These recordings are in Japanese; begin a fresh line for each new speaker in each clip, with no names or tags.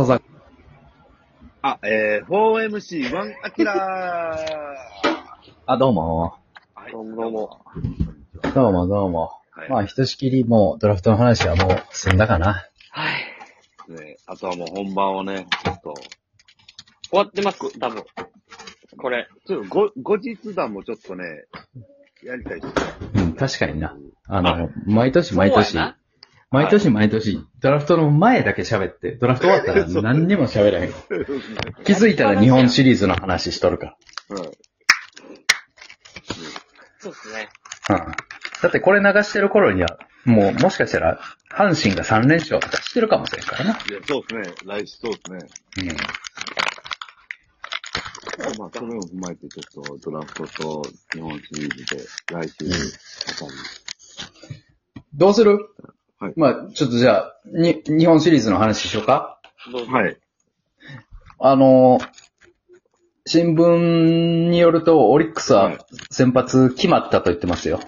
そうさ
あ、えー、4MC1 アキラー。
あ、どうも。
はい
どうもどうも。
こんにちは
どうもどうも。
はい。
まあ、ひとしきりもうドラフトの話はもう済んだかな。
はい。
ね、あとはもう本番をね、ちょっと、
終わってます、多分。これ。
ちょっとご、後日談もちょっとね、やりたいですね。
うん、確かにな。あの、毎年毎
そう
年
やな、
毎年毎年、ドラフトの前だけ喋って、ドラフト終わったら何にも喋らへん。気づいたら日本シリーズの話しとるか
はい。
そうですね。
ら。うん。だってこれ流してる頃には、もうもしかしたら、阪神が3連勝とかしてるかもしれんからな。
いや、そうですね。来週そうですね。
うん。
まあ、それを踏まえて、ちょっと、ドラフトと日本シリーズで、来週、また
どうする
はい
まあ、ちょっとじゃあ、に、日本シリーズの話しようか
どうぞ。
はい。
あの、新聞によると、オリックス
はい
は先発決まったと言ってますよ。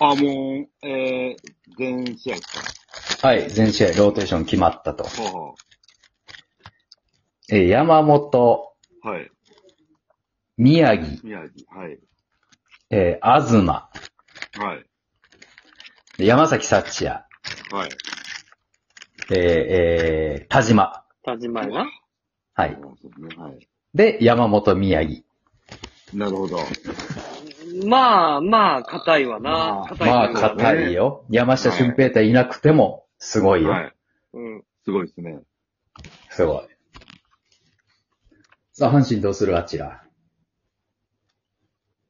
あ、もう、えー、全試合か。
はい、全試合ローテーション決まったと。
ほうほ
えー山本、
う。はい。
宮城、
宮城。はい。
えー、東、
はい。
山崎幸也、
はい。
えーえー田島。
田島やな。
はい。
そうですね。はい。
で、山本、宮城。
なるほど。
まあまあ、硬いわな。
まあ
硬い
まあ、
わな
硬いよ。山下俊平太いなくても、すごいよ。
はい。
うん。
すごいですね。
すごい。さあ、阪神どうするあちら。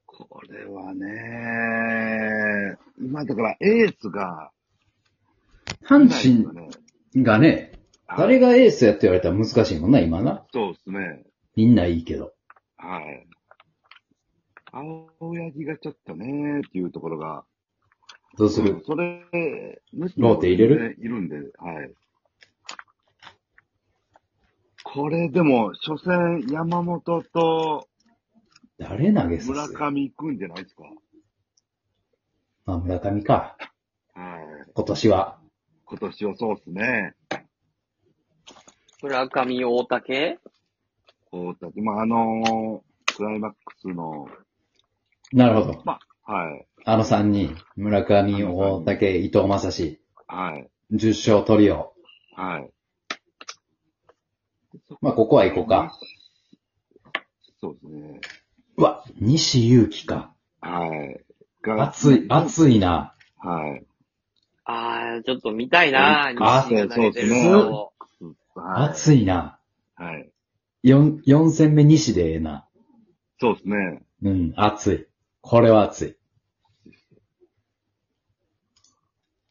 これはね、今だからエースが、
阪
ない
神
よね
がね、
はい
誰がエースやって言われたら難しいもんな、今な。
そうですね。
みんないいけど。
はい。青柳がちょっとね、っていうところが。
どうする、
それ、むし
ローテ入れる
いるんで、はい。これでも、初戦、山本と
誰投げさ
村
せる
上くんじゃないですか。
まあ、村上か。
はい。
今年は。
今年はそうですね。
村上大竹
大竹、まあ、あのークライマックスの、
なるほど。
まあ、はい。
あの3人。村上、大竹、伊藤正史。
はい。
10勝トリオ。
はい。
まあ、ここは行こうか。
そうですね。
うわ、西祐希か。
はい。が
熱い、熱いな。
はい。
ああ、ちょっと見たいな。
あ
西が投げてる
そう
の
そ
はい。
熱いな。
はい。
4、四戦目西でええな。
そうですね。
うん、熱い。これは熱い。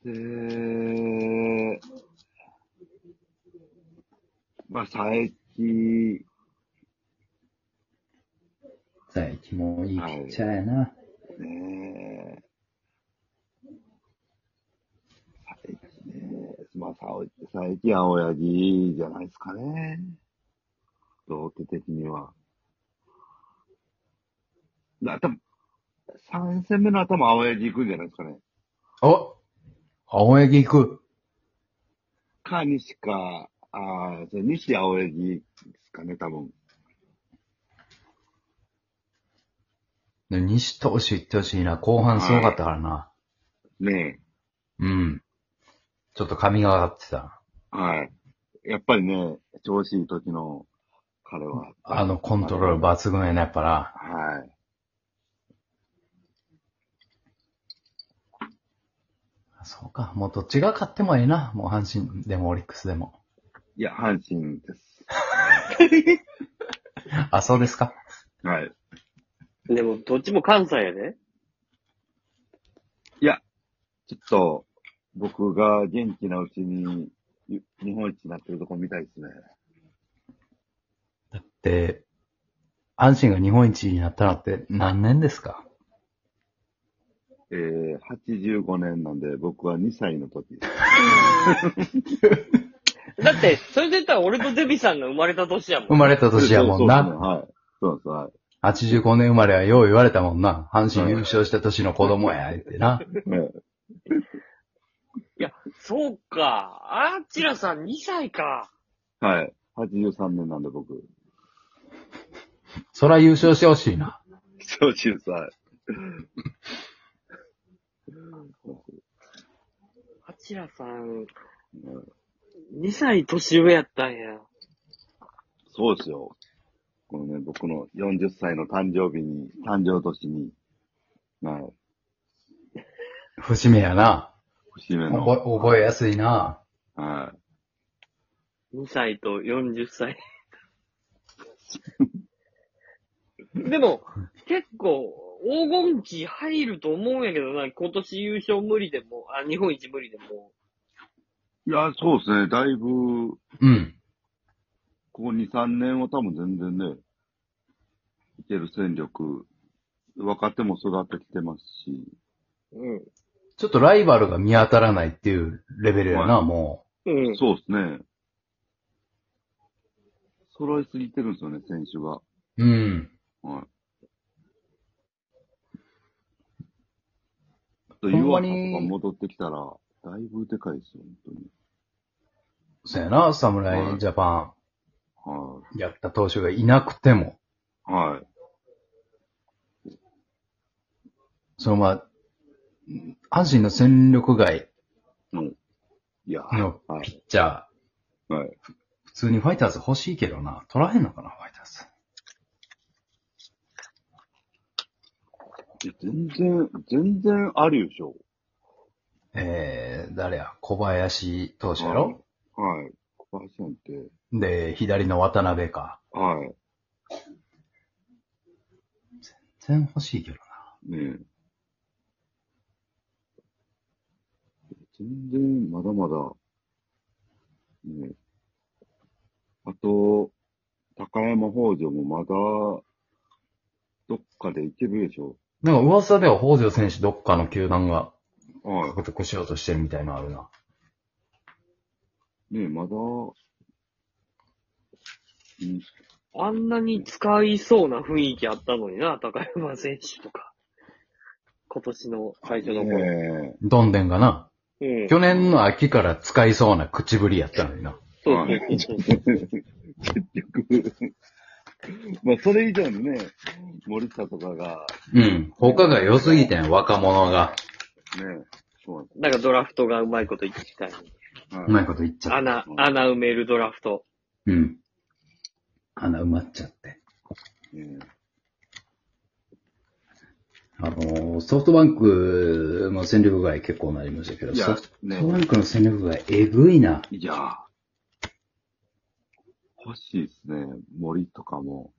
で、まあ、佐伯、
最近もいいピッチャーやな。
ねえ。佐伯ね。まあ、佐伯、青柳じゃないですかね。同期的には。だ多分3戦目の頭、青柳行くんじゃないですかね。
お青柳行く。
か、西か、ああ、じゃあ西青柳ですかね、多分。
ね西投手行ってほしいな。後半すごかったからな。
ね
うん。ちょっと髪が上がってた。
え。はい。やっぱりね、調子いい時の彼は。
あのコントロール抜群やな、やっぱな。
はい。
そうか。もうどっちが勝ってもええな。もう阪神でもオリックスでも。
いや、阪神です。
あ、そうですか。
はい。
でも、どっちも関西やで。
ちょっと、僕が元気なうちに、ゆ日本一になってるとこ見たいですね。
だって、阪神が日本一になったのって何年ですか
えー、85年なんで、僕は2歳の時。
だって、それで言ったら俺とデビさんが生まれた年やも
生
ん。
まれた年やもん
そうそうそう
な。
はい。そうです、はい。
85年生まれはよう言われたもんな。阪神優勝した年の子供や、ってな。
ね
そうか。あちらさん2歳か。
はい。83年なんで僕。
そら優勝してほしいな。
そう、小さい。
あちらさん、2歳年上やったんや。
そうですよ。このね、僕の40歳の誕生日に、誕生年に、はい。
節目やな。
節目の、
覚え覚えやすいな。
は
2歳と40歳。 でも、結構、黄金期入ると思うんやけどな、今年優勝無理でも、あ、日本一無理でも。
い。いや、そうですね。だいぶ、
うん。
ここ2、3年は多分全然ね、いける戦力、若手も育ってきてますし、
うん。
ちょっとライバルが見当たらないっていうレベルやな、
は
も
うん。
そうですね。揃いすぎてるんですよね、選手が。
う。うん。
はい。
ほんま
弱
に
さが戻ってきたら、だいぶでかいですよ、
そうやな、侍ジャパ
本
ンやった投手がいなくても、
当に。はい。はい。
そのまあ、阪神の戦力外
いや、
の
は
ピ
い。
ッチャー、
はい。
普通にファイターズ欲しいけどな、取らへんのかな、ファイターズ。
いや全然、全然あるでしょ。
えー、誰や、小林投手やろ、
はい。小林なんて、
で、左の渡辺か。
はい。
全然欲しいけどな。
ねえ。全然、まだまだ、ねえ。あと、高山北条もまだ、どっかで行けるでしょ。
なんか噂では北条選手どっかの球団が
は
獲得しようとしてるみたいなのあるな。
い。ねえ、まだ、うん、
あんなに使いそうな雰囲気あったのにな、高山選手とか。今年の最初の頃。
ね
どんでんがな、
うん。
去年の秋から使いそうな口ぶりやったのにな。
そうそうそうそう。
え、結局、 まあ、それ以上にね、森下とかが、
うん。他が良すぎてん、若者が。
ねえ、そうなんで
なんかドラフトがうまいこと言ってきたり。
す。はいう
まいこと言っちゃった。
穴、穴埋めるドラフト。
うん。穴埋まっちゃって。
ねえ
あのー、ソフトバンクの戦力外結構なりましたけど、
いや
ソフ
ね
トバンクの戦力外えぐいな。
いやー、欲しいですね。森とかも。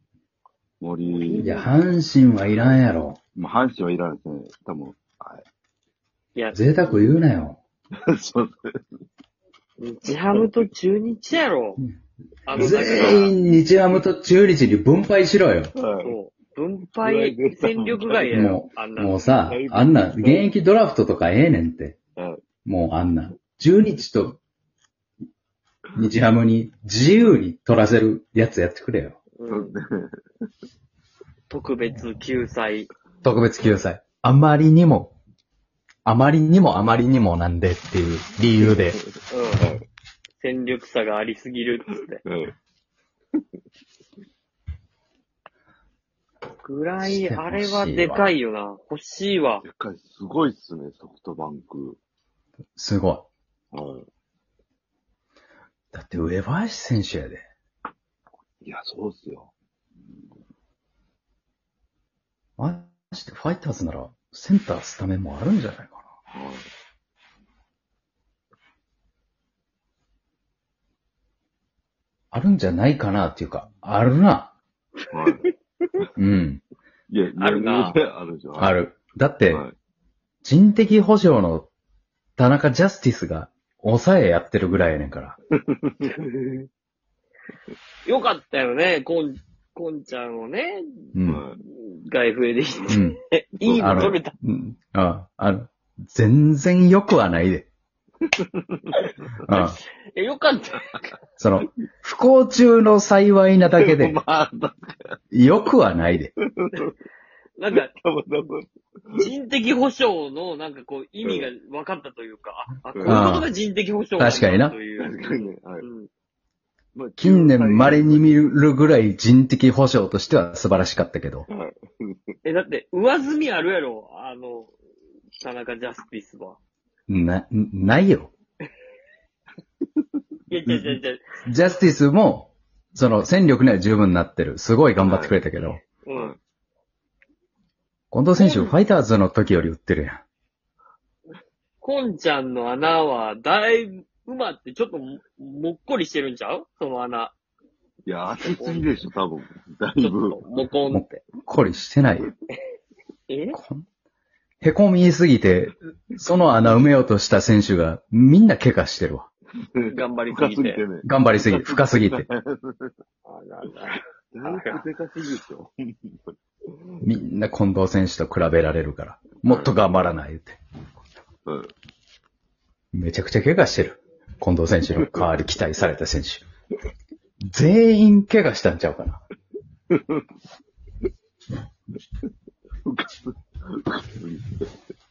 森、
いや、阪神はいらんやろ。
まあ、阪神はいらないですね。多分、はい
や、
贅沢言うなよ。
い。そう
日ハムと中日やろ
うん。
あの、だけ
全員日ハムと中日に分配しろよ。
そう。はい。
そう。分配戦力外やろ
も。
あんなの。
もうさ、あんな、現役ドラフトとかええねんって。
はい
もうあんな。中日と日ハムに自由に取らせるやつやってくれよ。
そう
うん特別救済。
特別救済。あまりにも、あまりにもあまりにもなんでっていう理由で。
うん。戦力差がありすぎるっつって。
はい
ぐらい、あれはでかいよな。欲しいわ。
でっかい、すごいっすね、ソフトバンク。
すごい。
は
だって上林選手やで。
い。いや、そうっすよ。
マジでファイターズならセンタースタメンもあるんじゃないかな。
はい。
あるんじゃないかなっていうか、あるな。
はい。
うん。
いや、
あるな
余裕であるじゃん。
あ
る。
る。だって、
はい。
人的保障の田中ジャスティスが抑えやってるぐらいやねんから。
よかったよね、こん、こんちゃんをね、
うん。
はい
外笛で行っ
うん。
て、いいの取れた。
うん。ああの、全然良くはな いで。うん。
え、よかった。
その、不幸中の幸いなだけで、
まあ、だ
良くはないで。
なんか、
まだま
人的保障の、なんかこう、意味が分かったというか、あ、あこう
う
い
ん
うことが人的保障んだ
確かにな
と
だ
いう。。
確かにね。はいう
ん
まあ、
近年稀に見るぐらい人的保障としては素晴らしかったけど。
はい。
え、だって、上積みあるやろあの、田中ジャスティスは。
な、ないよ。
いや、違う違う違う。
ジャスティスも、その戦力には十分なってる。すごい頑張ってくれたけど。
うん。
近藤選手、ファイターズの時より打ってるやん。
コンちゃんの穴は、だいぶ埋まって、ちょっとも、もっこりしてるんちゃうその穴。
いや、熱すぎでしょ、多 分。だ
ち
い
ょっ
ぶ。
と、もこんって。
これしてないよ。
え
こんへこみすぎて、その穴埋めようとした選手がみんな怪我してるわ。
頑張りす
深
ぎ
すぎ
て
て。ね。
頑張りすぎて、深すぎて。
あなんだ
だいぶでかすぎでしょ。
みんな近藤選手と比べられるから。もっと頑張らないって。
うん。
めちゃくちゃ怪我してる。近藤選手の代わり期待された選手。全員怪我したんちゃうかな。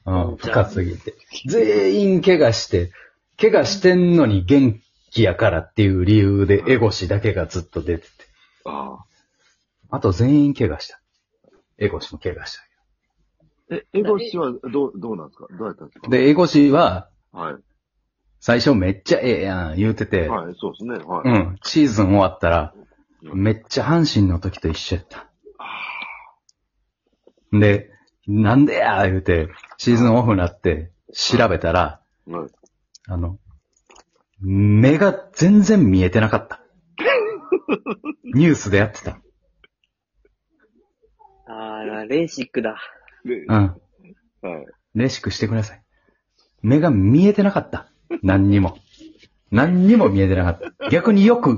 ああ、深すぎて。全員怪我して、怪我してんのに元気やからっていう理由でエゴシだけがずっと出てて。
ああ。
あと全員怪我した。エゴシも怪我し
え、エゴシはどう、どうなんですかどうやったんです
た。
か
で、エゴシは、
はい。
最初めっちゃええやん言うてて、
はい、そうですね。は
う
い。
ん、シーズン終わったら、
うん
めっちゃ阪神の時と一緒やった。
あ
で、なんでや言うて、シーズンオフになって調べたら、
あ。はい。
あの、目が全然見えてなかった。ニュースでやってた。
あー、レーシックだ。
で
うん。
はい。
レシックしてください。目が見えてなかった。何にも。何にも見えてなかった。逆によく